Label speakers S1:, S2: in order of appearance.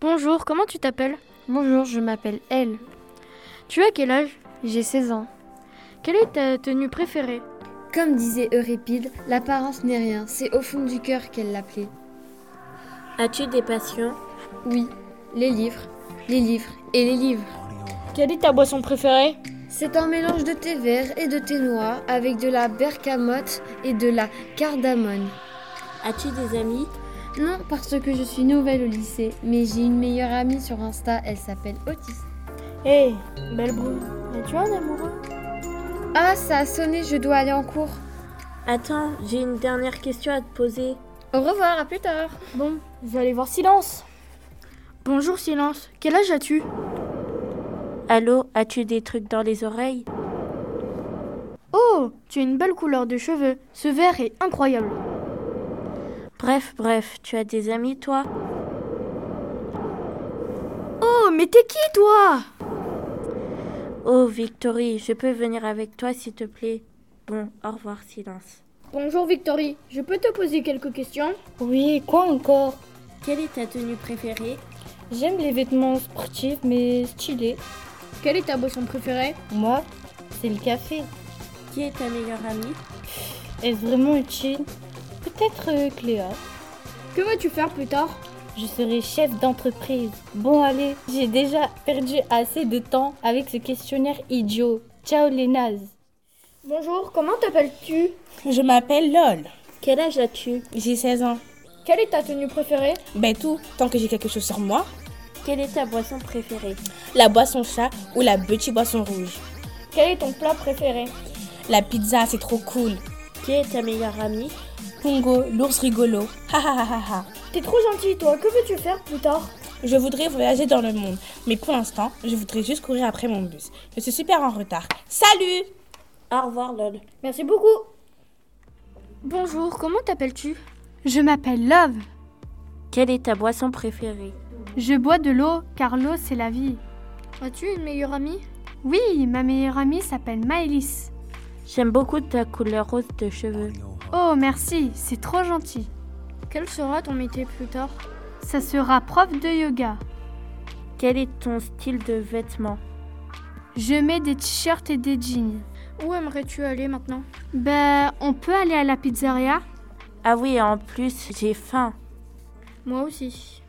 S1: Bonjour, comment tu t'appelles
S2: Bonjour, je m'appelle Elle.
S1: Tu as quel âge
S2: J'ai 16 ans.
S1: Quelle est ta tenue préférée
S3: Comme disait Euripide, l'apparence n'est rien, c'est au fond du cœur qu'elle l'appelait.
S4: As-tu des passions
S3: Oui, les livres, les livres et les livres.
S5: Quelle est ta boisson préférée
S3: C'est un mélange de thé vert et de thé noir avec de la bergamote et de la cardamone.
S4: As-tu des amis
S3: Non, parce que je suis nouvelle au lycée, mais j'ai une meilleure amie sur Insta, elle s'appelle Otis.
S5: Hé, hey, Eh, belle brune, as-tu un amoureux
S3: Ah, ça a sonné, je dois aller en cours.
S4: Attends, j'ai une dernière question à te poser.
S3: Au revoir, à plus tard.
S5: Bon, je vais aller voir Silence.
S1: Bonjour Silence, quel âge as-tu
S4: Allô, as-tu des trucs dans les oreilles
S1: Oh, tu as une belle couleur de cheveux, ce vert est incroyable.
S4: Bref, bref, tu as des amis toi
S1: Oh, mais t'es qui toi
S4: Oh Victory, je peux venir avec toi s'il te plaît Bon, au revoir Silence.
S6: Bonjour Victory, je peux te poser quelques questions
S7: Oui, quoi encore
S4: Quelle est ta tenue préférée
S7: J'aime les vêtements sportifs mais stylés.
S6: Quelle est ta boisson préférée
S7: Moi, c'est le café.
S4: Qui est ta meilleure amie
S7: Est-ce vraiment utile Peut-être euh, Cléa.
S6: Que vas-tu faire plus tard
S7: Je serai chef d'entreprise. Bon allez, j'ai déjà perdu assez de temps avec ce questionnaire idiot. Ciao les nazes.
S6: Bonjour, comment t'appelles-tu
S8: Je m'appelle LOL.
S4: Quel âge as-tu
S8: J'ai 16 ans.
S6: Quelle est ta tenue préférée
S8: Ben tout, tant que j'ai quelque chose sur moi.
S4: Quelle est ta boisson préférée
S8: La boisson chat ou la petite boisson rouge.
S6: Quel est ton plat préféré
S8: La pizza, c'est trop cool.
S4: Qui est ta meilleure amie
S8: Pongo, l'ours rigolo. Ha ha ha ha ha.
S6: T'es trop gentil, toi, que veux-tu faire plus tard
S8: Je voudrais voyager dans le monde, mais pour l'instant, je voudrais juste courir après mon bus. Je suis super en retard. Salut
S4: Au revoir, LOL.
S6: Merci beaucoup
S1: Bonjour, comment t'appelles-tu
S9: Je m'appelle Love.
S4: Quelle est ta boisson préférée
S9: Je bois de l'eau car l'eau c'est la vie.
S1: As-tu une meilleure amie
S9: Oui, ma meilleure amie s'appelle Maëlys.
S4: J'aime beaucoup ta couleur rose de cheveux.
S9: Oh merci, c'est trop gentil.
S1: Quel sera ton métier plus tard
S9: Ça sera prof de yoga.
S4: Quel est ton style de vêtements
S9: Je mets des t-shirts et des jeans.
S1: Où aimerais-tu aller maintenant
S9: Ben, on peut aller à la pizzeria
S4: Ah oui, en plus, j'ai faim.
S1: Moi aussi.